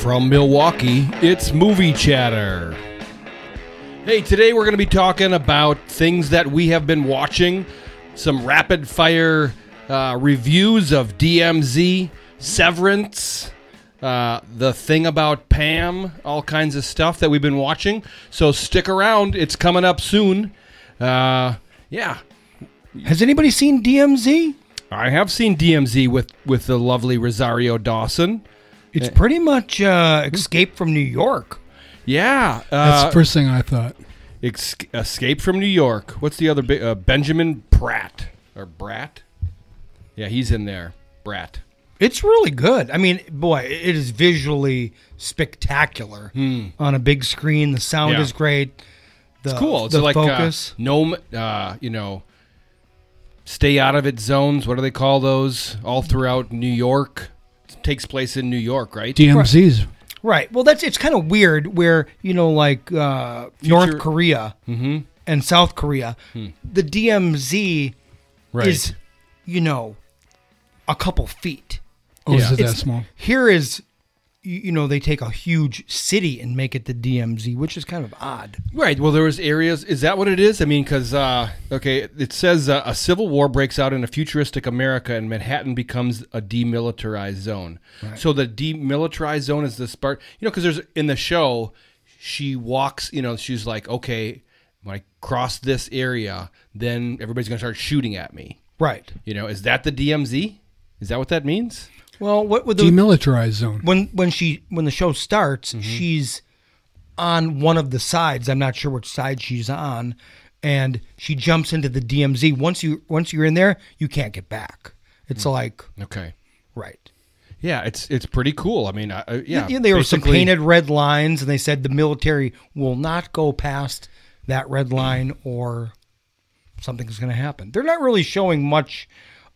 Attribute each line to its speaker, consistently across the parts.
Speaker 1: From Milwaukee, it's Movie Chatter. Hey, today we're going to be talking about things that we have been watching, some rapid fire uh, reviews of DMZ, Severance, uh, The Thing About Pam, all kinds of stuff that we've been watching. So stick around, it's coming up soon. Uh, yeah,
Speaker 2: Has anybody seen DMZ?
Speaker 1: I have seen DMZ with, with the lovely Rosario Dawson.
Speaker 2: It's pretty much uh, Escape from New York.
Speaker 1: Yeah.
Speaker 3: That's
Speaker 1: uh,
Speaker 3: the first thing I thought.
Speaker 1: Ex- Escape from New York. What's the other big? Uh, Benjamin Pratt or Brat? Yeah, he's in there. Brat.
Speaker 2: It's really good. I mean, boy, it is visually spectacular on a big screen. The sound
Speaker 1: Hmm. Yeah.
Speaker 2: is great. The,
Speaker 1: Cool. It's
Speaker 2: the
Speaker 1: like
Speaker 2: focus.
Speaker 1: Uh, gnome. Uh, you know, stay out of it zones. What do they call those? All throughout New York. It takes place in New York, right?
Speaker 3: DMZ's
Speaker 2: right. Well, that's it's kind of weird where you know, like uh, North Korea
Speaker 1: Mm-hmm.
Speaker 2: and South Korea, the DMZ
Speaker 1: Hmm. right.
Speaker 2: is, you know, a couple feet.
Speaker 3: oh,
Speaker 1: Yeah.
Speaker 3: is it that
Speaker 2: It's-
Speaker 3: small?
Speaker 2: Here is, you you know, they take a huge city and make it the DMZ, which is kind of odd.
Speaker 1: Right. Well, there was areas. Is that what it is? I mean, because uh, okay, it says uh, a civil war breaks out in a futuristic America, and Manhattan becomes a demilitarized zone. So the demilitarized zone is this part, you know, because there's in the show, she walks. You know, she's like, okay, when I cross this area, then everybody's gonna start shooting at me.
Speaker 2: Right.
Speaker 1: You know, is that the DMZ? Is that what that means?
Speaker 2: Well, what would the
Speaker 3: Demilitarized zone.
Speaker 2: when when she when the show starts,
Speaker 3: Mm-hmm.
Speaker 2: she's on one of the sides. I'm not sure which side she's on, and she jumps into the DMZ. Once you once you're in there, you can't get back. It's
Speaker 3: Mm.
Speaker 2: like
Speaker 1: Okay.
Speaker 2: right.
Speaker 1: Yeah, it's it's pretty cool. I mean, I, I- yeah,
Speaker 2: Yeah, there were some
Speaker 1: basically-
Speaker 2: painted red lines, and they said the military will not go past that red line, or something's going to happen. They're not really showing much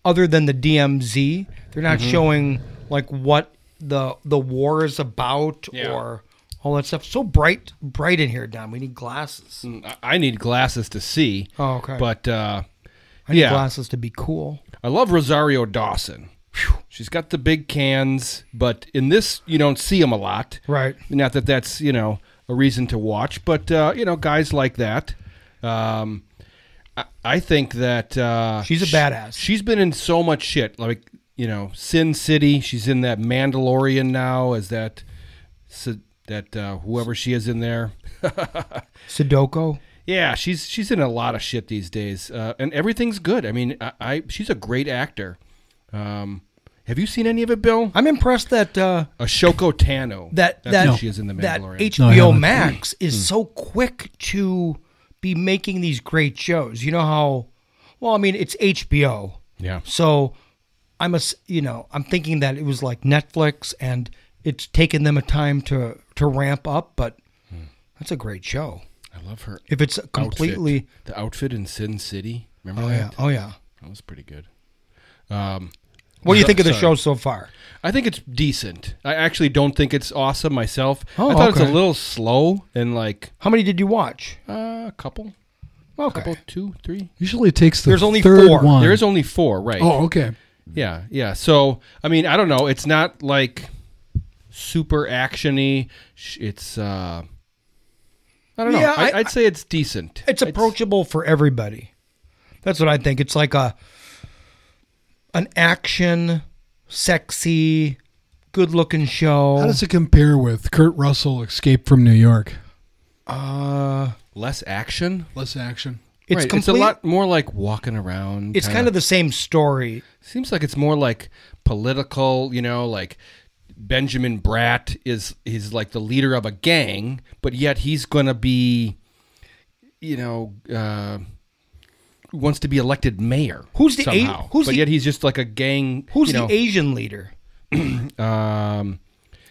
Speaker 2: other than the DMZ. They're not
Speaker 1: Mm-hmm.
Speaker 2: showing like what the the war is about
Speaker 1: Yeah.
Speaker 2: or all that stuff. So bright, bright in here, Don. We need glasses.
Speaker 1: I- I need glasses to see.
Speaker 2: Oh, okay.
Speaker 1: But uh,
Speaker 2: I need
Speaker 1: yeah,
Speaker 2: glasses to be cool.
Speaker 1: I love Rosario Dawson. Phew, She's got the big cans, but in this you don't see them a lot.
Speaker 2: Right.
Speaker 1: Not that that's you know a reason to watch, but uh, you know guys like that. Um, I, I think that uh,
Speaker 2: She's a
Speaker 1: she-
Speaker 2: badass.
Speaker 1: she's been in so much shit, like you know Sin City. She's in that Mandalorian now as that so, that uh, whoever she is in there.
Speaker 2: Sudoku.
Speaker 1: Yeah, she's she's in a lot of shit these days, uh, and everything's good. I mean, I, I she's a great actor. Um, have you seen any of it, Bill?
Speaker 2: I'm impressed that uh,
Speaker 1: Ashoko Tano.
Speaker 2: that
Speaker 1: That's
Speaker 2: that
Speaker 1: who she is in the
Speaker 2: that
Speaker 1: Mandalorian.
Speaker 3: No, I
Speaker 2: HBO
Speaker 3: haven't.
Speaker 2: Max is so quick to be making these great shows. You know how? Well, I mean, it's HBO,
Speaker 1: yeah,
Speaker 2: so I'm a s- you know I'm thinking that it was like Netflix, and it's taken them a time to to ramp up, but that's a great show.
Speaker 1: I love her.
Speaker 2: If it's completely,
Speaker 1: outfit. the outfit in Sin City. Remember
Speaker 2: oh
Speaker 1: that?
Speaker 2: yeah, oh yeah.
Speaker 1: That was pretty good. Um,
Speaker 2: What do you think of the
Speaker 1: Sorry.
Speaker 2: show so far?
Speaker 1: I think it's decent. I actually don't think it's awesome myself.
Speaker 2: Oh,
Speaker 1: I thought it's
Speaker 2: okay.
Speaker 1: a little slow and like
Speaker 2: How many did you watch?
Speaker 1: uh, a couple,
Speaker 2: Okay,
Speaker 1: couple, two, three.
Speaker 3: Usually it takes the
Speaker 2: There's only
Speaker 3: third
Speaker 2: four.
Speaker 3: one.
Speaker 1: There is only four, right?
Speaker 3: oh, okay.
Speaker 1: Yeah, yeah. So I mean, I don't know. It's not like super actiony. Sh- It's uh, I don't know.
Speaker 2: Yeah,
Speaker 1: I,
Speaker 2: I-
Speaker 1: I'd say it's decent.
Speaker 2: it's approachable for everybody. That's what I think. It's like a an action, sexy, good looking show.
Speaker 3: How does it compare with Kurt Russell Escape from New York?
Speaker 2: uh,
Speaker 1: less action.
Speaker 3: Less action.
Speaker 2: it's
Speaker 1: right.
Speaker 2: complete.
Speaker 1: It's a lot more like walking around.
Speaker 2: it's kind of the same story.
Speaker 1: seems like it's more like political. You know, like Benjamin Bratt is he's like the leader of a gang, but yet he's gonna be, you know. Uh, wants to be elected mayor.
Speaker 2: Who's the A-
Speaker 1: somehow.
Speaker 2: who's
Speaker 1: but
Speaker 2: the-
Speaker 1: yet he's just like a gang.
Speaker 2: Who's
Speaker 1: you know,
Speaker 2: the Asian leader?
Speaker 1: um,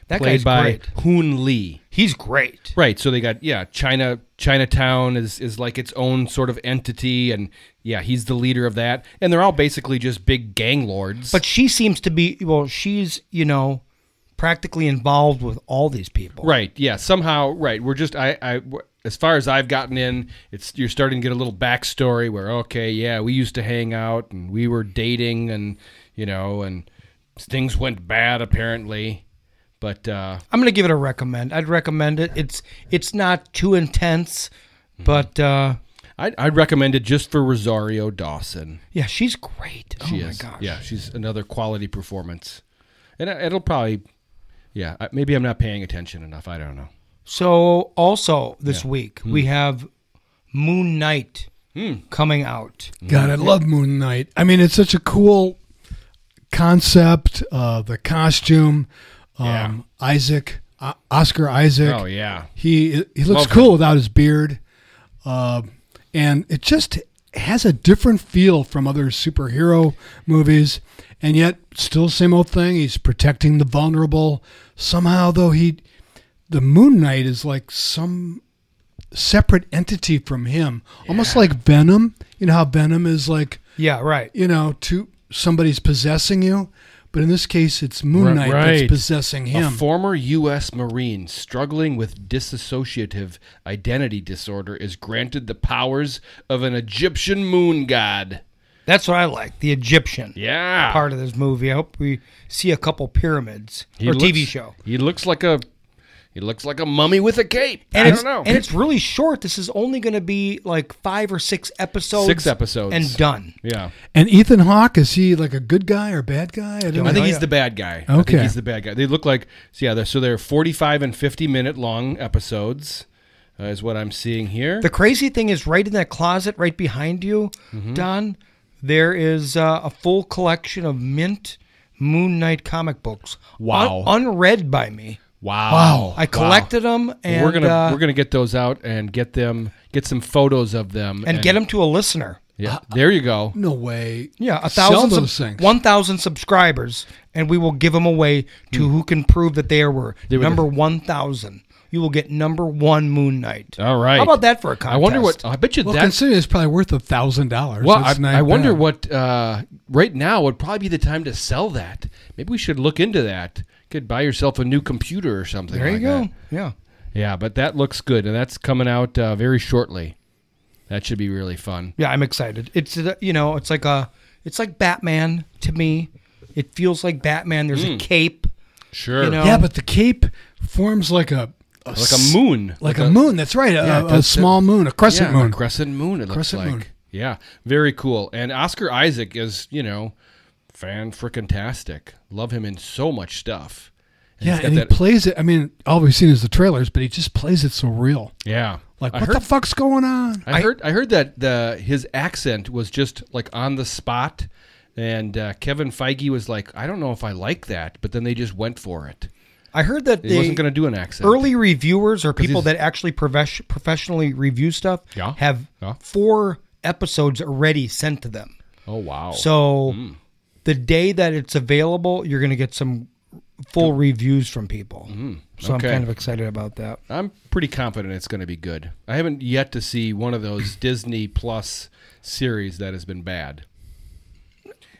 Speaker 2: That
Speaker 1: played
Speaker 2: guy's
Speaker 1: by
Speaker 2: great.
Speaker 1: Hoon Lee.
Speaker 2: He's great.
Speaker 1: Right. So they got yeah, China Chinatown is is like its own sort of entity, and yeah, he's the leader of that, and they're all basically just big gang lords.
Speaker 2: But she seems to be well. She's you know practically involved with all these people.
Speaker 1: right, yeah, somehow right. We're just I I as far as I've gotten in, it's you're starting to get a little backstory where okay, yeah, we used to hang out and we were dating, and you know, and things went bad apparently. But uh,
Speaker 2: I'm gonna give it a recommend. I'd recommend it. It's it's not too intense, but uh,
Speaker 1: I'd, I'd recommend it just for Rosario Dawson.
Speaker 2: yeah, she's great.
Speaker 1: She
Speaker 2: oh
Speaker 1: is.
Speaker 2: my gosh.
Speaker 1: Yeah, she's another quality performance. And it- it'll probably, yeah, I- maybe I'm not paying attention enough. I don't know.
Speaker 2: So also this week
Speaker 1: Hmm.
Speaker 2: we have Moon Knight coming out.
Speaker 3: Mm. God, I love Moon Knight. I mean, it's such a cool concept. Uh, the costume, um,
Speaker 1: Yeah.
Speaker 3: Isaac, O- Oscar Isaac.
Speaker 1: Oh, yeah.
Speaker 3: He he looks
Speaker 1: Love
Speaker 3: cool without his beard, uh, and it just has a different feel from other superhero movies, and yet still same old thing. He's protecting the vulnerable. Somehow, though, he the Moon Knight is like some separate entity from him, almost like Venom. You know how Venom is like
Speaker 2: Yeah, right.
Speaker 3: you know to somebody's possessing you, but in this case, it's Moon
Speaker 1: Right,
Speaker 3: Knight
Speaker 1: right.
Speaker 3: that's possessing
Speaker 1: A
Speaker 3: him.
Speaker 1: former U.S. Marine struggling with dissociative identity disorder is granted the powers of an Egyptian moon god.
Speaker 2: That's what I like. The Egyptian
Speaker 1: Yeah.
Speaker 2: part of this movie. I hope we see a couple pyramids
Speaker 1: He
Speaker 2: or
Speaker 1: looks-
Speaker 2: TV show.
Speaker 1: He looks like a he looks like a mummy with a cape.
Speaker 2: And
Speaker 1: I
Speaker 2: it's,
Speaker 1: don't know.
Speaker 2: And it's really short. This is only going to be like five or six episodes.
Speaker 1: Six episodes.
Speaker 2: and done.
Speaker 1: yeah.
Speaker 3: And Ethan Hawke is he like a good guy or bad guy? I don't know.
Speaker 1: I think
Speaker 2: Oh,
Speaker 1: he's
Speaker 2: yeah.
Speaker 1: the bad guy. I think
Speaker 3: Okay.
Speaker 1: he's the bad guy. They look like so yeah. They're, so they're forty-five and fifty-minute long episodes, uh, is what I'm seeing here.
Speaker 2: The crazy thing is, right in that closet, right behind you,
Speaker 1: Mm-hmm.
Speaker 2: Don, there is uh, a full collection of mint Moon Knight comic books. Un-
Speaker 1: Wow.
Speaker 2: unread by me.
Speaker 1: wow!
Speaker 2: I collected them and
Speaker 1: we're gonna
Speaker 2: uh,
Speaker 1: we're gonna get those out and get them get some photos of them
Speaker 2: and get them to a listener.
Speaker 1: Yeah, there you go.
Speaker 3: No way.
Speaker 2: Yeah, a
Speaker 3: Sell
Speaker 2: thousand,
Speaker 3: those
Speaker 2: sub-
Speaker 3: things.
Speaker 2: one thousand subscribers, and we will give them away to who can prove that they were
Speaker 1: Hmm. They were
Speaker 2: number one thousand. You will get number one Moon Knight.
Speaker 1: All right.
Speaker 2: How about that for a contest?
Speaker 1: I wonder what I bet you
Speaker 3: Well,
Speaker 1: that's
Speaker 3: considering it's probably worth a thousand dollars.
Speaker 1: well.
Speaker 3: that's
Speaker 1: I,
Speaker 3: not
Speaker 1: I wonder
Speaker 3: bad.
Speaker 1: what uh, right now would probably be the time to sell that. Maybe we should look into that. Could buy yourself a new computer or something.
Speaker 2: There you
Speaker 1: like
Speaker 2: go.
Speaker 1: that.
Speaker 2: Yeah.
Speaker 1: Yeah, but that looks good, and that's coming out uh, very shortly. That should be really fun.
Speaker 2: Yeah, I'm excited. It's uh, you know, it's like a, it's like Batman to me. It feels like Batman. There's
Speaker 1: Hmm.
Speaker 2: a cape.
Speaker 1: Sure.
Speaker 2: You know?
Speaker 3: Yeah, but the cape forms like a, a
Speaker 1: like
Speaker 3: s-
Speaker 1: a moon.
Speaker 3: like a, moon. That's right, a,
Speaker 1: Yeah,
Speaker 3: a- a
Speaker 1: that's-
Speaker 3: small moon, a crescent
Speaker 1: yeah, a
Speaker 3: moon.
Speaker 1: crescent moon, it looks
Speaker 3: Crescent
Speaker 1: like.
Speaker 3: moon.
Speaker 1: Yeah, very cool. And Oscar Isaac is, you know, fan freaking tastic. Love him in so much stuff. And
Speaker 3: yeah,
Speaker 1: he's got
Speaker 3: and he
Speaker 1: that-
Speaker 3: plays it. I mean, all we've seen is the trailers, but he just plays it so real.
Speaker 1: yeah.
Speaker 3: Like,
Speaker 1: I
Speaker 3: what
Speaker 1: heard,
Speaker 3: the fuck's going on?
Speaker 1: I heard I heard that the his accent was just like on the spot, and uh, Kevin Feige was like, I don't know if I like that, but then they just went for it.
Speaker 2: I heard that
Speaker 1: He
Speaker 2: they
Speaker 1: wasn't going to do an accent.
Speaker 2: early reviewers or people
Speaker 1: he's-
Speaker 2: that actually profes- professionally review stuff
Speaker 1: Yeah.
Speaker 2: have
Speaker 1: Yeah.
Speaker 2: four episodes already sent to them.
Speaker 1: Oh wow.
Speaker 2: So
Speaker 1: Mm.
Speaker 2: the day that it's available, you're going to get some full reviews from people. So I'm
Speaker 1: Mm. okay.
Speaker 2: kind of excited about that.
Speaker 1: I'm pretty confident it's going to be good. I haven't yet to see one of those Disney Plus series that has been bad.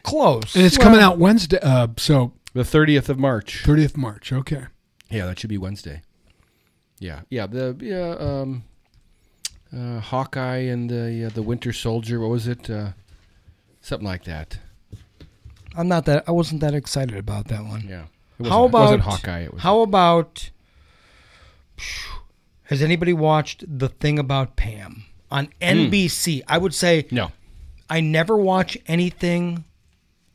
Speaker 2: Close.
Speaker 3: And it's coming out Wednesday, uh, so
Speaker 1: The 30th of March.
Speaker 3: 30th March. Okay.
Speaker 1: Yeah, that should be Wednesday. Yeah, yeah. The yeah, um, uh, Hawkeye and the uh, the Winter Soldier. What was it? Uh, something like that.
Speaker 2: I'm not that. I wasn't that excited about that one.
Speaker 1: Yeah. It wasn't,
Speaker 2: how about
Speaker 1: it wasn't Hawkeye? It was
Speaker 2: how about? Has anybody watched the thing about Pam on
Speaker 1: Mm.
Speaker 2: NBC? I would say
Speaker 1: no.
Speaker 2: I never watch anything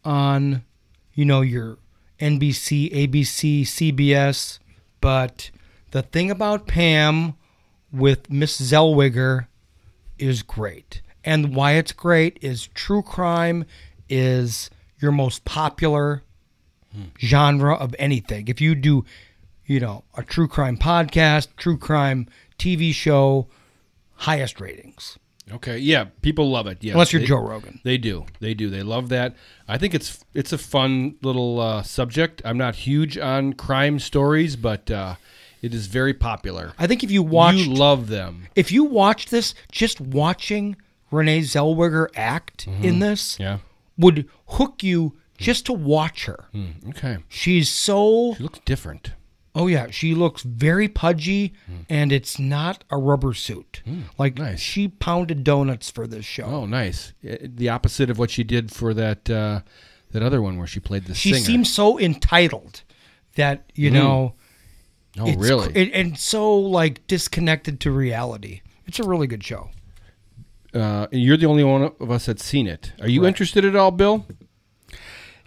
Speaker 2: on, you know, your NBC, ABC, CBS, but the thing about Pam with Miss Zellweger is great. And why it's great is true crime is your most popular genre of anything. If you do, you know, a true crime podcast, true crime TV show, highest ratings.
Speaker 1: Okay. Yeah, people love it. Yeah.
Speaker 2: Unless you're
Speaker 1: They-
Speaker 2: Joe Rogan.
Speaker 1: They do. They do. They love that. I think it's it's a fun little uh, subject. I'm not huge on crime stories, but uh, it is very popular.
Speaker 2: I think if you watch
Speaker 1: You love them.
Speaker 2: if you watch this, just watching Renee Zellweger act in this
Speaker 1: Mm-hmm. Yeah.
Speaker 2: would hook you just to watch her.
Speaker 1: Mm-hmm. Hmm, Okay.
Speaker 2: She's so
Speaker 1: She looks different.
Speaker 2: oh yeah, she looks very pudgy and it's not a rubber suit. Like
Speaker 1: Mm. Nice.
Speaker 2: she pounded donuts for this show.
Speaker 1: Oh, nice. I- The opposite of what she did for that uh, that other one where she played the
Speaker 2: she
Speaker 1: singer. Mm.
Speaker 2: seems so entitled that, you know,
Speaker 1: Oh,
Speaker 2: It's
Speaker 1: really?
Speaker 2: cr- and- and so like disconnected to reality. It's a really good show.
Speaker 1: uh, you're the only one of us that's seen it. Are you interested at all, Bill?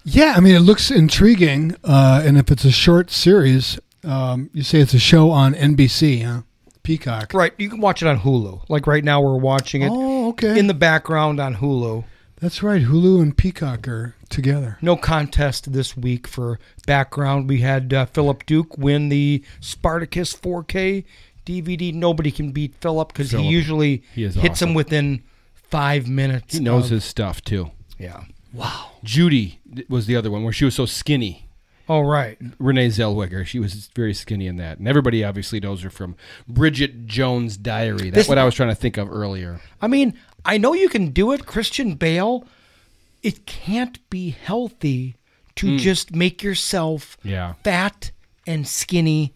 Speaker 3: Yeah, I mean, it looks intriguing. Uh, and if it's a short series, um, you say it's a show on NBC, huh? Peacock.
Speaker 2: Right, you can watch it on Hulu. Like right now, we're watching it
Speaker 3: Oh, okay.
Speaker 2: in the background on Hulu.
Speaker 3: That's right. Hulu and Peacock are together.
Speaker 2: No contest this week for background. We had uh, Philip Duke win the Spartacus 4K DVD. Nobody can beat Philip because he
Speaker 1: Philip.
Speaker 2: usually
Speaker 1: He is
Speaker 2: hits him within five minutes.
Speaker 1: He knows
Speaker 2: of-
Speaker 1: his stuff too.
Speaker 2: Yeah.
Speaker 1: Judy was the other one where she was so skinny.
Speaker 2: All right.
Speaker 1: Renee Zellweger, she was very skinny in that, and everybody obviously knows her from Bridget Jones' Diary. That's
Speaker 2: This-
Speaker 1: what I was trying to think of earlier.
Speaker 2: I mean, I know you can do it, Christian Bale. It can't be healthy to just make yourself
Speaker 1: Yeah.
Speaker 2: fat and skinny,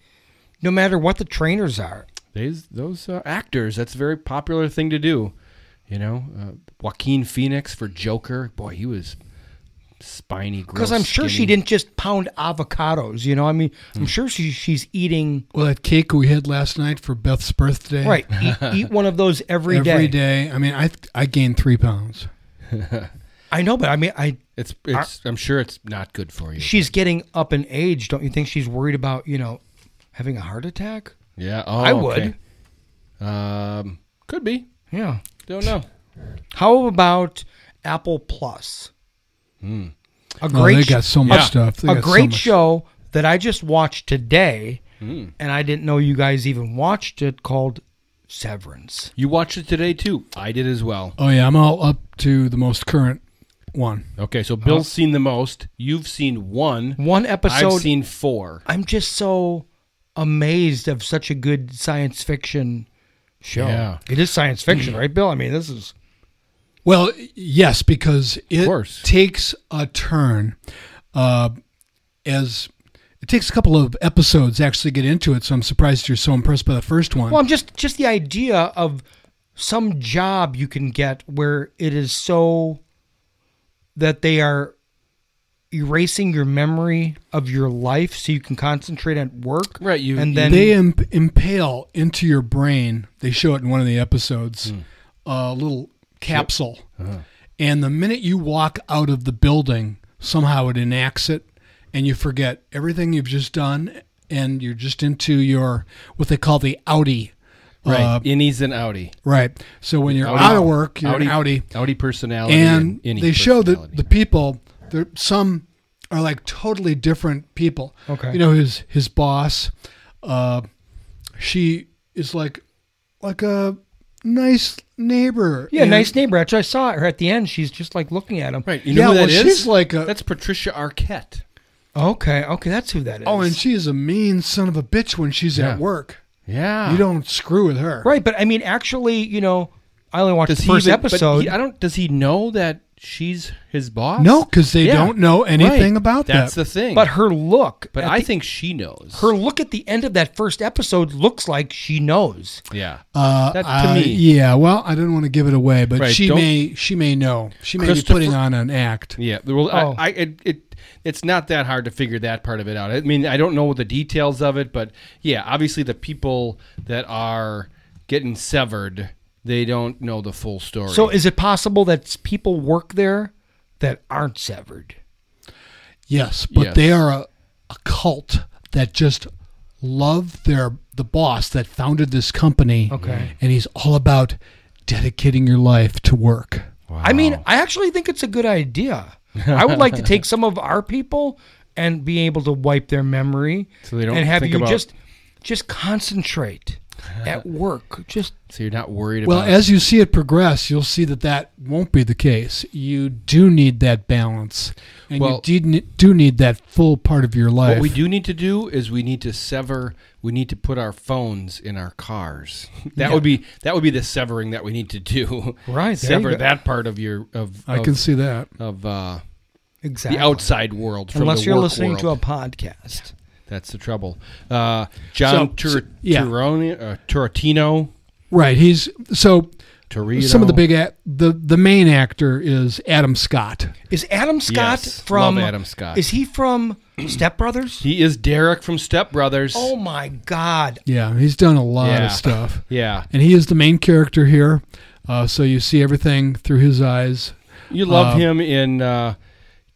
Speaker 2: no matter what the trainers are.
Speaker 1: These those uh, actors, that's a very popular thing to do. You know, uh, Joaquin Phoenix for Joker. Boy, he was spiny.
Speaker 2: Because
Speaker 1: Because
Speaker 2: I'm sure she didn't just pound avocados, you know. I mean, I'm sure she, she's eating
Speaker 3: Well, that cake we had last night for Beth's birthday.
Speaker 2: right. Eat, eat one of those every day.
Speaker 3: Every day. I mean, I I gained three pounds.
Speaker 2: I know, but I mean, I
Speaker 1: It's, it's. I'm sure it's not good for you.
Speaker 2: she's getting up in age. Don't you think she's worried about you know having a heart attack?
Speaker 1: yeah. Oh,
Speaker 2: I would.
Speaker 1: okay. Um, could be.
Speaker 2: Yeah.
Speaker 1: Don't know.
Speaker 2: How about Apple Plus?
Speaker 1: Hmm.
Speaker 2: A
Speaker 3: Oh,
Speaker 2: great,
Speaker 3: they
Speaker 2: sh-
Speaker 3: got so much
Speaker 1: Yeah.
Speaker 3: stuff. They
Speaker 2: a
Speaker 3: got so
Speaker 2: great
Speaker 3: much-
Speaker 2: show that I just watched today,
Speaker 1: Hmm.
Speaker 2: and I didn't know you guys even watched it. Called Severance.
Speaker 1: You watched it today too. I did as well.
Speaker 3: Oh yeah, I'm all up to the most current one.
Speaker 1: Okay, so
Speaker 2: Uh-huh.
Speaker 1: Bill's seen the most. You've seen one.
Speaker 2: One episode.
Speaker 1: I've seen four.
Speaker 2: I'm just so amazed of such a good science fiction show.
Speaker 1: Yeah. Hmm.
Speaker 2: It is science fiction, right, Bill? I mean, this is
Speaker 3: Well, yes, because it
Speaker 1: course.
Speaker 3: takes a turn. Uh, as it takes a couple of episodes to actually get into it, so I'm surprised you're so impressed by the first one.
Speaker 2: well, I'm just just the idea of some job you can get where it is so that they are erasing your memory of your life so you can concentrate at work.
Speaker 1: Right, you-
Speaker 2: and
Speaker 1: you-
Speaker 2: then
Speaker 3: they imp- impale into your brain. They show it in one of the episodes, a little capsule. And the minute you walk out of the building, somehow it enacts it, and you forget everything you've just done, and you're just into your what they call the outie.
Speaker 1: Right,
Speaker 3: Uh,
Speaker 1: innies and outie.
Speaker 3: right. So when you're
Speaker 1: Outie.
Speaker 3: out of work, you're an outie
Speaker 1: Outie personality,
Speaker 3: and
Speaker 1: and, innie
Speaker 3: they show that
Speaker 1: personality.
Speaker 3: the people there some are like totally different people
Speaker 2: Okay.
Speaker 3: you know his his boss uh she is like like a nice neighbor
Speaker 2: yeah,
Speaker 3: and-
Speaker 2: nice neighbor. Actually, I saw her at the end. She's just like looking at him.
Speaker 1: right. You know
Speaker 3: yeah,
Speaker 1: who that
Speaker 3: well,
Speaker 1: is?
Speaker 3: she's like a-
Speaker 1: that's Patricia Arquette.
Speaker 2: Okay, okay, that's who that is.
Speaker 3: oh and she is a mean son of a bitch when she's
Speaker 1: Yeah.
Speaker 3: at work
Speaker 1: Yeah,
Speaker 3: you don't screw with her
Speaker 2: right, but I mean, actually, you know, I only watched
Speaker 1: Does
Speaker 2: the
Speaker 1: he
Speaker 2: first
Speaker 1: even- but
Speaker 2: episode.
Speaker 1: he- I don't. Does he know that she's his boss?
Speaker 3: no because they
Speaker 1: Yeah.
Speaker 3: don't know anything
Speaker 1: Right.
Speaker 3: about
Speaker 1: that's
Speaker 3: that
Speaker 1: the thing.
Speaker 2: But her look,
Speaker 1: but
Speaker 2: at
Speaker 1: I
Speaker 2: the-
Speaker 1: think she knows.
Speaker 2: her look at the end of that first episode looks like she knows.
Speaker 1: yeah.
Speaker 3: uh,
Speaker 1: that to
Speaker 3: I-
Speaker 1: me.
Speaker 3: yeah. Well, I don't want to give it away, but
Speaker 1: Right,
Speaker 3: she
Speaker 1: don't-
Speaker 3: may, she may know. She may be
Speaker 1: Christopher-
Speaker 3: putting on an act.
Speaker 1: Yeah, well,
Speaker 2: Oh.
Speaker 1: I, I it, it it's not that hard to figure that part of it out. I mean, I don't know the details of it, but yeah, obviously the people that are getting severed, they don't know the full story.
Speaker 2: So is it possible that s- people work there that aren't severed?
Speaker 3: Yes, but
Speaker 1: Yes.
Speaker 3: they are a, a cult that just love their the boss that founded this company.
Speaker 2: Okay.
Speaker 3: and he's all about dedicating your life to work.
Speaker 2: I mean, I actually think it's a good idea. I would like to take some of our people and be able to wipe their memory
Speaker 1: So they don't
Speaker 2: and have
Speaker 1: think
Speaker 2: you
Speaker 1: about-
Speaker 2: just just concentrate at work. Just
Speaker 1: so you're not worried
Speaker 3: Well,
Speaker 1: about.
Speaker 3: as you see it progress, you'll see that that won't be the case. You do need that balance, and
Speaker 1: Well-
Speaker 3: you do, ne- do need that full part of your life.
Speaker 1: what we do need to do is we need to sever. We need to put our phones in our cars. That would be that would be the severing that we need to do.
Speaker 2: Right, there you
Speaker 1: sever
Speaker 2: go.
Speaker 1: that part of your of
Speaker 3: I
Speaker 1: of,
Speaker 3: can see that.
Speaker 1: of uh,
Speaker 2: exactly.
Speaker 1: the outside world. From
Speaker 2: Unless
Speaker 1: the
Speaker 2: you're
Speaker 1: work
Speaker 2: listening
Speaker 1: world.
Speaker 2: to a podcast.
Speaker 1: That's the trouble. Uh, John
Speaker 3: So-
Speaker 1: Tur-
Speaker 3: so- yeah.
Speaker 1: Turone- uh, Turotino.
Speaker 3: Right. He's so
Speaker 1: Torito.
Speaker 3: Some of the big act, the the main actor is Adam Scott.
Speaker 2: Is Adam Scott
Speaker 1: Yes,
Speaker 2: from?
Speaker 1: love Adam Scott.
Speaker 2: Is he from Step Brothers?
Speaker 1: He is Derek from Step Brothers.
Speaker 2: Oh my God!
Speaker 3: Yeah, he's done a lot
Speaker 1: Yeah.
Speaker 3: of stuff,
Speaker 1: Yeah,
Speaker 3: and he is the main character here. Uh, so you see everything through his eyes.
Speaker 1: you love
Speaker 3: Um,
Speaker 1: him in uh,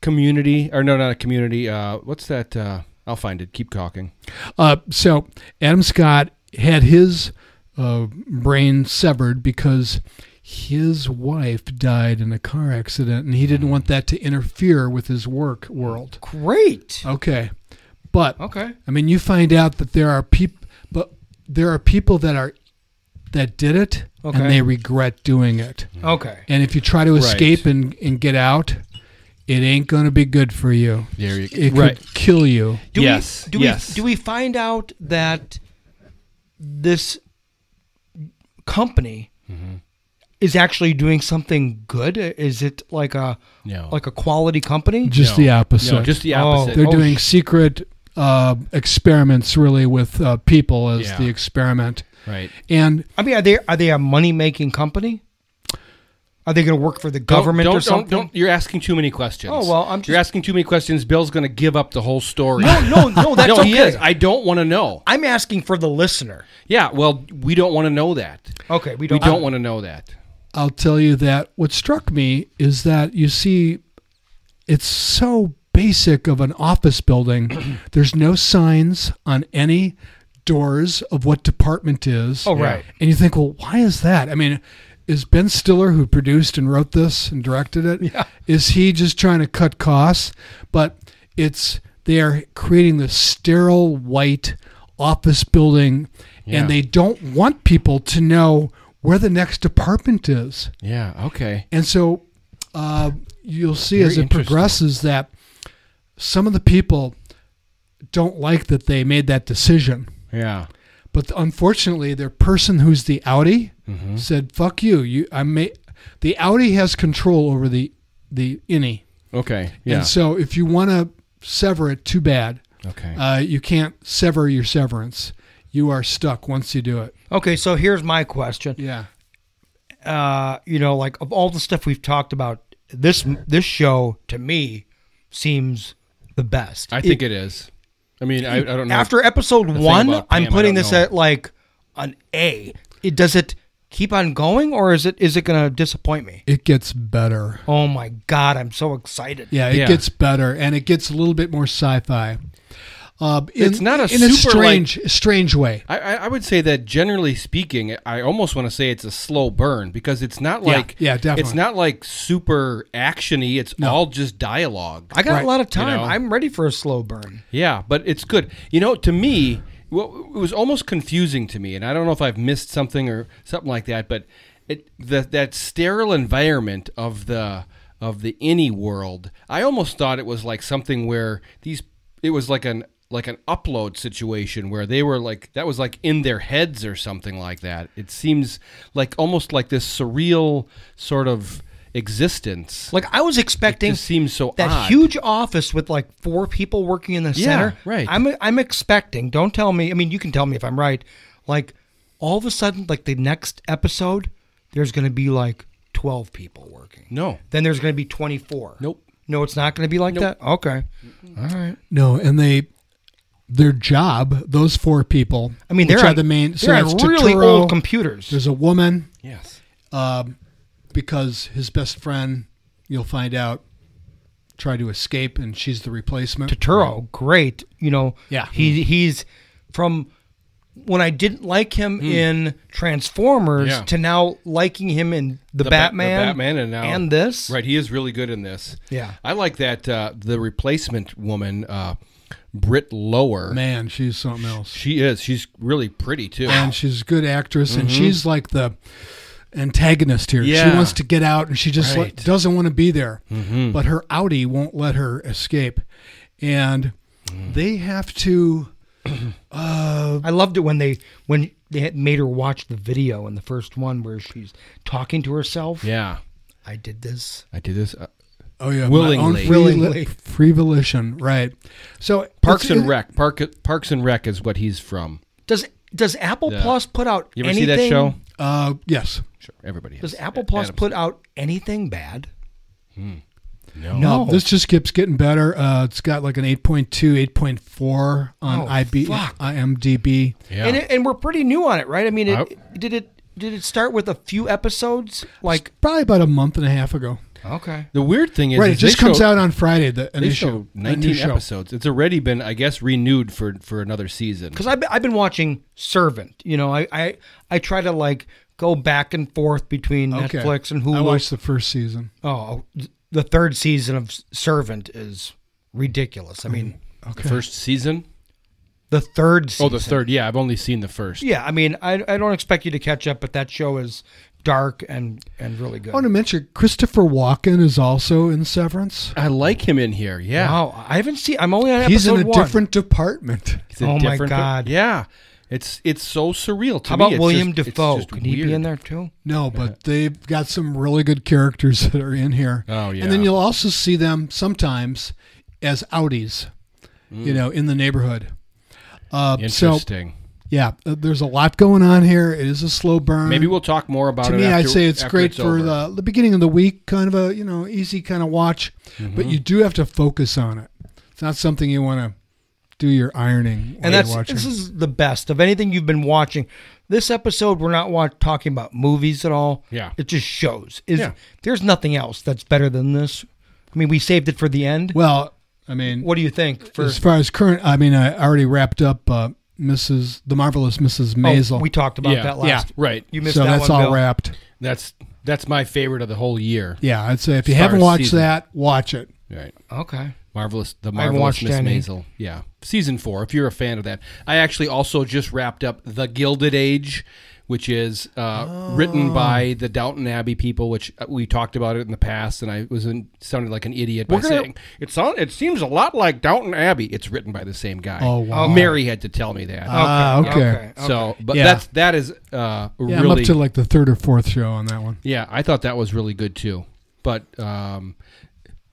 Speaker 1: Community, or no, not a Community. Uh, what's that? Uh, I'll find it. Keep talking.
Speaker 3: Uh, so Adam Scott had his uh, brain severed because his wife died in a car accident, and he didn't want that to interfere with his work world.
Speaker 2: Great.
Speaker 3: Okay, but
Speaker 2: Okay.
Speaker 3: I mean, you find out that there are people, but there are people that are that did it
Speaker 2: Okay.
Speaker 3: and they regret doing it.
Speaker 2: Okay.
Speaker 3: And if you try to escape and, and get out, it ain't going to be good for you.
Speaker 1: There you go.
Speaker 3: It
Speaker 1: Right.
Speaker 3: could kill you.
Speaker 2: Do
Speaker 1: Yes,
Speaker 2: We, do
Speaker 1: yes.
Speaker 2: We, do we find out that this company
Speaker 1: Mm-hmm.
Speaker 2: is actually doing something good? Is it like a
Speaker 1: No,
Speaker 2: like a quality company?
Speaker 3: Just the opposite.
Speaker 1: No, just the
Speaker 2: Oh,
Speaker 1: opposite.
Speaker 3: They're
Speaker 2: Oh,
Speaker 3: doing
Speaker 2: sh-
Speaker 3: secret uh, experiments, really, with uh, people as
Speaker 1: Yeah.
Speaker 3: the experiment.
Speaker 1: right.
Speaker 3: And
Speaker 2: I mean, are they are they a money making company? Are they going to work for the
Speaker 1: Don't-
Speaker 2: government
Speaker 1: don't,
Speaker 2: or something?
Speaker 1: Don't, don't, you're asking too many questions.
Speaker 2: Oh, well, I'm just-
Speaker 1: You're asking too many questions. Bill's going to give up the whole story.
Speaker 2: No, no, no. That's
Speaker 1: no,
Speaker 2: okay.
Speaker 1: he is. I don't want to know.
Speaker 2: I'm asking for the listener.
Speaker 1: Yeah, well, we don't want to know that.
Speaker 2: Okay, we
Speaker 1: We
Speaker 2: don't.
Speaker 1: don't want to know that.
Speaker 3: I'll tell you that what struck me is that you see, it's so basic of an office building. There's no signs on any doors of what department is.
Speaker 2: Oh, right.
Speaker 3: And you think, well, why is that? I mean, is Ben Stiller, who produced and wrote this and directed it,
Speaker 2: Yeah.
Speaker 3: is he just trying to cut costs? But it's they are creating this sterile white office building,
Speaker 1: Yeah.
Speaker 3: and they don't want people to know where the next department is.
Speaker 1: Yeah, okay.
Speaker 3: And so uh, you'll see as
Speaker 1: Very
Speaker 3: it
Speaker 1: interesting.
Speaker 3: progresses that some of the people don't like that they made that decision.
Speaker 1: Yeah.
Speaker 3: But unfortunately, their person who's the Audi
Speaker 1: Mm-hmm.
Speaker 3: said, "Fuck you! You, I may." The Audi has control over the the innie,
Speaker 1: Okay. Yeah.
Speaker 3: and so if you want to sever it, too bad.
Speaker 1: okay.
Speaker 3: Uh, you can't sever your severance. You are stuck once you do it.
Speaker 2: Okay, so here's my question.
Speaker 3: Yeah,
Speaker 2: uh, you know, like of all the stuff we've talked about, this this show to me seems the best.
Speaker 1: I think it is. I mean, I, I don't know.
Speaker 2: after episode one,
Speaker 1: about
Speaker 2: I'm
Speaker 1: Pam, I
Speaker 2: putting
Speaker 1: don't
Speaker 2: this
Speaker 1: know.
Speaker 2: at like an A. It does it keep on going, or is it is it going to disappoint me?
Speaker 3: it gets better.
Speaker 2: Oh my god, I'm so excited.
Speaker 3: Yeah, it
Speaker 1: Yeah.
Speaker 3: gets better, and it gets a little bit more sci-fi. Uh, in-
Speaker 1: It's not a
Speaker 3: in a
Speaker 1: super, like-
Speaker 3: strange strange way.
Speaker 1: I, I I would say that generally speaking, I almost want to say it's a slow burn because it's not
Speaker 3: Yeah,
Speaker 1: like
Speaker 3: yeah, definitely.
Speaker 1: it's not like super actiony. It's all just dialogue.
Speaker 2: I got
Speaker 3: Right,
Speaker 2: a lot of time.
Speaker 1: know.
Speaker 2: I'm ready for a slow burn.
Speaker 1: Yeah, but it's good. You know, to me, well, it was almost confusing to me, and I don't know if I've missed something or something like that. But it the, that sterile environment of the of the any world, I almost thought it was like something where these it was like an like an upload situation where they were like that was like in their heads or something like that. It seems like almost like this surreal sort of existence.
Speaker 2: Like I was expecting
Speaker 1: just seems so
Speaker 2: that
Speaker 1: odd.
Speaker 2: huge office with like four people working in the
Speaker 1: Yeah,
Speaker 2: center.
Speaker 1: right.
Speaker 2: I'm I'm expecting. Don't tell me. I mean, you can tell me if I'm right. Like all of a sudden, like the next episode, there's going to be like 12 people working.
Speaker 1: No.
Speaker 2: Then there's going to be 24.
Speaker 1: Nope.
Speaker 2: No, it's not going to be like that. Okay. All right.
Speaker 3: No, and they their job, those four people.
Speaker 2: I mean,
Speaker 3: which
Speaker 2: they're
Speaker 3: are
Speaker 2: on,
Speaker 3: the main. So
Speaker 2: They're
Speaker 3: that's
Speaker 2: on really
Speaker 3: Turturro,
Speaker 2: old computers.
Speaker 3: There's a woman
Speaker 1: Yes.
Speaker 3: um, because his best friend, you'll find out, tried to escape, and she's the replacement.
Speaker 2: Turturro, great. You know,
Speaker 3: Yeah.
Speaker 1: Mm-hmm.
Speaker 2: he he's from when I didn't like him in Transformers
Speaker 1: Mm. Yeah.
Speaker 2: to now liking him in the,
Speaker 1: Ba-
Speaker 2: Batman,
Speaker 1: the Batman, and now
Speaker 2: this.
Speaker 1: Right, he is really good in this.
Speaker 2: Yeah.
Speaker 1: I like that uh, the replacement woman, uh, Britt Lower.
Speaker 3: Man, she's something else,
Speaker 1: She is. She's really pretty too.
Speaker 3: and she's a good actress,
Speaker 2: Mm-hmm.
Speaker 3: and she's like the antagonist here.
Speaker 1: Yeah.
Speaker 3: She wants to get out, and she just like,
Speaker 1: Right.
Speaker 3: doesn't want to be there.
Speaker 2: Mm-hmm.
Speaker 3: But her Audi won't let her escape, and
Speaker 2: Mm.
Speaker 3: they have to. uh,
Speaker 2: I loved it when they when they had made her watch the video in the first one where she's talking to herself.
Speaker 1: yeah,
Speaker 2: I did this.
Speaker 1: I did this. Uh,
Speaker 3: Oh yeah,
Speaker 1: Willingly.
Speaker 3: my own free,
Speaker 2: Willingly.
Speaker 3: free volition, right? So
Speaker 1: Parks
Speaker 3: it's-
Speaker 1: and
Speaker 3: it-
Speaker 1: Rec. Park, Parks and Rec is what he's from.
Speaker 2: Does does Apple
Speaker 1: Yeah.
Speaker 2: Plus put out
Speaker 1: You ever
Speaker 2: anything?
Speaker 1: see that show?
Speaker 3: Uh, yes.
Speaker 1: Sure, everybody has.
Speaker 2: Does Apple Plus
Speaker 1: Adam's-
Speaker 2: put out anything bad?
Speaker 1: no?
Speaker 2: No.
Speaker 3: This just keeps getting better. Uh, it's got like an 8.2, 8.4 on uh,
Speaker 2: Oh,
Speaker 3: IB,
Speaker 2: fuck.
Speaker 3: IMDb.
Speaker 1: Yeah.
Speaker 2: And, it, and we're pretty new on it, right? I mean, it,
Speaker 1: I-
Speaker 2: did it did it start with a few episodes? Like
Speaker 3: Probably about a month and a half ago.
Speaker 2: okay,
Speaker 1: the weird thing is,
Speaker 3: right, it
Speaker 1: is they
Speaker 3: just comes
Speaker 1: show-
Speaker 3: out on Friday. The an
Speaker 1: They
Speaker 3: issue,
Speaker 1: show
Speaker 3: a
Speaker 1: 19
Speaker 3: new show.
Speaker 1: episodes. It's already been, I guess, renewed for for another season.
Speaker 2: because I've been, I've been watching Servant. You know, I I, I try to like go back and forth between
Speaker 3: Okay.
Speaker 2: Netflix and
Speaker 3: I
Speaker 2: Hulu.
Speaker 3: watched the first season.
Speaker 2: oh, the third season of Servant is ridiculous. I mean,
Speaker 1: The first season?
Speaker 2: the third.
Speaker 1: Oh,
Speaker 2: season.
Speaker 1: the third. Yeah, I've only seen the first.
Speaker 2: Yeah, I mean, I, I don't expect you to catch up, but that show is dark and and really good.
Speaker 1: Oh,
Speaker 3: I want to mention Christopher Walken is also in Severance.
Speaker 1: I like him in here. Yeah.
Speaker 2: Wow, I haven't seen. I'm only on
Speaker 3: He's in
Speaker 2: episode
Speaker 3: a
Speaker 2: one.
Speaker 3: different department.
Speaker 1: It's a
Speaker 2: Oh my
Speaker 1: different-
Speaker 2: God.
Speaker 1: Yeah. It's it's so surreal to
Speaker 2: How
Speaker 1: me.
Speaker 2: about
Speaker 1: It's
Speaker 2: William
Speaker 1: just- it's
Speaker 2: Defoe?
Speaker 1: just
Speaker 2: Could he
Speaker 1: weird.
Speaker 2: be in there too?
Speaker 3: No, but they've got some really good characters that are in here.
Speaker 1: Oh, yeah.
Speaker 3: And then you'll also see them sometimes as outies, you know, in the neighborhood. Uh, so
Speaker 1: Mm. Interesting.
Speaker 3: yeah, uh, there's a lot going on here. It is a slow burn.
Speaker 1: Maybe we'll talk more about
Speaker 3: to
Speaker 1: it.
Speaker 3: me, I'd
Speaker 1: after-
Speaker 3: say it's
Speaker 1: after
Speaker 3: great for
Speaker 1: over.
Speaker 3: the, the beginning of the week, kind of a you know easy kind of watch,
Speaker 1: Mm-hmm.
Speaker 3: but you do have to focus on it. It's not something you want to do your ironing. while
Speaker 2: And
Speaker 3: you're
Speaker 2: that's
Speaker 3: watching.
Speaker 2: this is the best of anything you've been watching. This episode, we're not wa- talking about movies at all.
Speaker 1: Yeah.
Speaker 2: it just shows. Is
Speaker 1: Yeah.
Speaker 2: there's nothing else that's better than this? I mean, we saved it for the end.
Speaker 3: well, I mean,
Speaker 2: What do you think? For oh,
Speaker 3: as far as current, I mean, I already wrapped up uh, Mrs. the marvelous Mrs.
Speaker 2: oh,
Speaker 3: Maisel.
Speaker 2: we talked about
Speaker 1: Yeah,
Speaker 2: that last.
Speaker 1: yeah, right.
Speaker 2: You missed
Speaker 3: so
Speaker 2: that
Speaker 3: that's
Speaker 2: one,
Speaker 3: all
Speaker 2: Bill.
Speaker 3: wrapped.
Speaker 1: That's that's my favorite of the whole year.
Speaker 3: Yeah, I'd say if you
Speaker 1: As far
Speaker 3: haven't
Speaker 1: as
Speaker 3: watched
Speaker 1: season.
Speaker 3: that, watch it.
Speaker 1: Right.
Speaker 2: Okay.
Speaker 1: Marvelous, the
Speaker 2: haven't
Speaker 1: marvelous
Speaker 2: watched
Speaker 1: Miss
Speaker 2: any.
Speaker 1: Maisel. Yeah, season four. If you're a fan of that, I actually also just wrapped up the Gilded Age, which is uh,
Speaker 3: Oh.
Speaker 1: written by the Downton Abbey people, which uh, we talked about it in the past, and I was in, sounded like an idiot by
Speaker 2: gonna-
Speaker 1: saying it. Sound, it seems a lot like Downton Abbey. It's written by the same guy.
Speaker 3: Oh, wow.
Speaker 1: Mary had to tell me that.
Speaker 3: Ah, okay.
Speaker 1: Uh, So, but
Speaker 3: Yeah.
Speaker 1: that's that is uh,
Speaker 3: Yeah, I'm
Speaker 1: really
Speaker 3: up to like the third or fourth show on that one.
Speaker 1: yeah, I thought that was really good too, but um,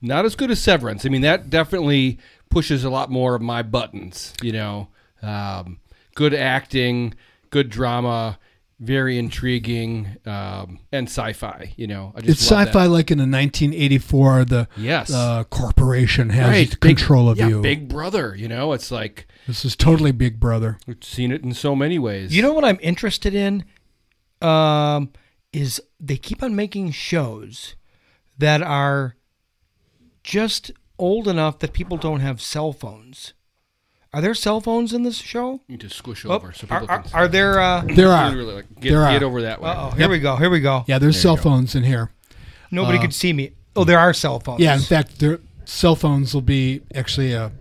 Speaker 1: not as good as Severance. I mean, that definitely pushes a lot more of my buttons. You know, um, good acting, good drama, very intriguing, um, and sci-fi. You know, I just
Speaker 3: It's
Speaker 1: love that.
Speaker 3: sci-fi like in the 1984. The
Speaker 1: Yes.
Speaker 3: the corporation has
Speaker 1: Right, big-
Speaker 3: control of
Speaker 1: yeah,
Speaker 3: you.
Speaker 1: Big Brother. You know, it's like
Speaker 3: This is totally Big Brother.
Speaker 1: we've seen it in so many ways.
Speaker 2: You know what I'm interested in? Um, is they keep on making shows that are just old enough that people don't have cell phones. Are there cell phones in this show?
Speaker 1: You need to squish
Speaker 2: Oh,
Speaker 1: over so people
Speaker 2: are, are,
Speaker 1: can.
Speaker 2: are there? Uh,
Speaker 3: There are.
Speaker 1: Literally, like, get,
Speaker 3: ah, There are.
Speaker 1: get over that way.
Speaker 2: oh, here we go. Here we go.
Speaker 3: Yeah, there's cell phones in here.
Speaker 1: Uh,
Speaker 2: Nobody could see me. Oh, there are cell phones.
Speaker 3: Yeah, in fact, their cell phones will be actually a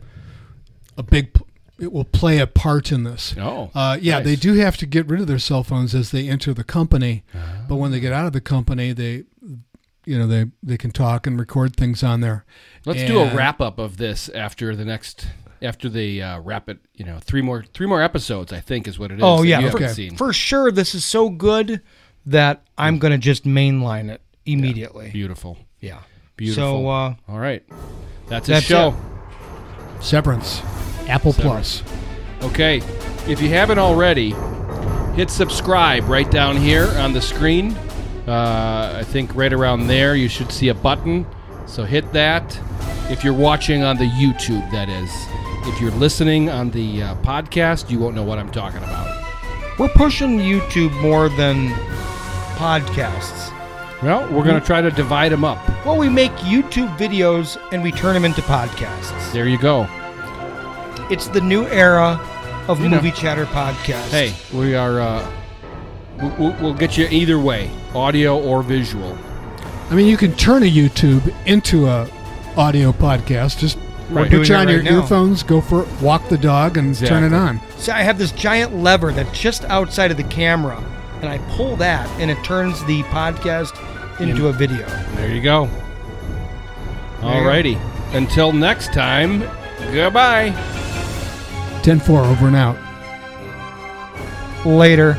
Speaker 3: a big. p- It will play a part in this.
Speaker 1: Oh,
Speaker 3: uh, yeah,
Speaker 1: nice.
Speaker 3: they do have to get rid of their cell phones as they enter the company,
Speaker 1: Ah.
Speaker 3: but when they get out of the company, they, you know, they they can talk and record things on there.
Speaker 1: Let's do a
Speaker 3: And-
Speaker 1: wrap up of this after the next after the uh, rapid. You know, three more three more episodes. I think is what it is.
Speaker 2: Oh
Speaker 1: that
Speaker 2: yeah,
Speaker 1: you
Speaker 2: for,
Speaker 1: haven't seen.
Speaker 2: for sure. This is so good that I'm gonna just mainline it immediately.
Speaker 1: beautiful,
Speaker 2: Yeah.
Speaker 1: beautiful.
Speaker 2: So uh,
Speaker 1: all right, that's a
Speaker 2: that's
Speaker 1: show.
Speaker 3: Severance, Apple Plus.
Speaker 1: Okay, if you haven't already, hit subscribe right down here on the screen. Uh, I think right around there you should see a button. So hit that. If you're watching on the YouTube, that is. If you're listening on the uh, podcast, you won't know what I'm talking about.
Speaker 2: We're pushing YouTube more than podcasts.
Speaker 1: Well, we're
Speaker 2: Hmm.
Speaker 1: going to try to divide them up.
Speaker 2: Well, we make YouTube videos and we turn them into podcasts.
Speaker 1: There you go.
Speaker 2: It's the new era of
Speaker 1: know.
Speaker 2: movie chatter podcasts.
Speaker 1: Hey, we are. Uh, we- we- we'll get you either way, audio or visual.
Speaker 3: I mean, you can turn a YouTube into a audio podcast. Just
Speaker 1: We're
Speaker 3: put
Speaker 1: doing
Speaker 3: you
Speaker 2: it
Speaker 3: on your
Speaker 2: right now.
Speaker 3: earphones, go for walk the dog, and turn it
Speaker 1: Exactly.
Speaker 3: on.
Speaker 2: So I have this giant lever that's just outside of the camera, and I pull that, and it turns the podcast into a video.
Speaker 1: There you go. Alrighty. Until next time, goodbye.
Speaker 3: Ten four over and out.
Speaker 2: Later.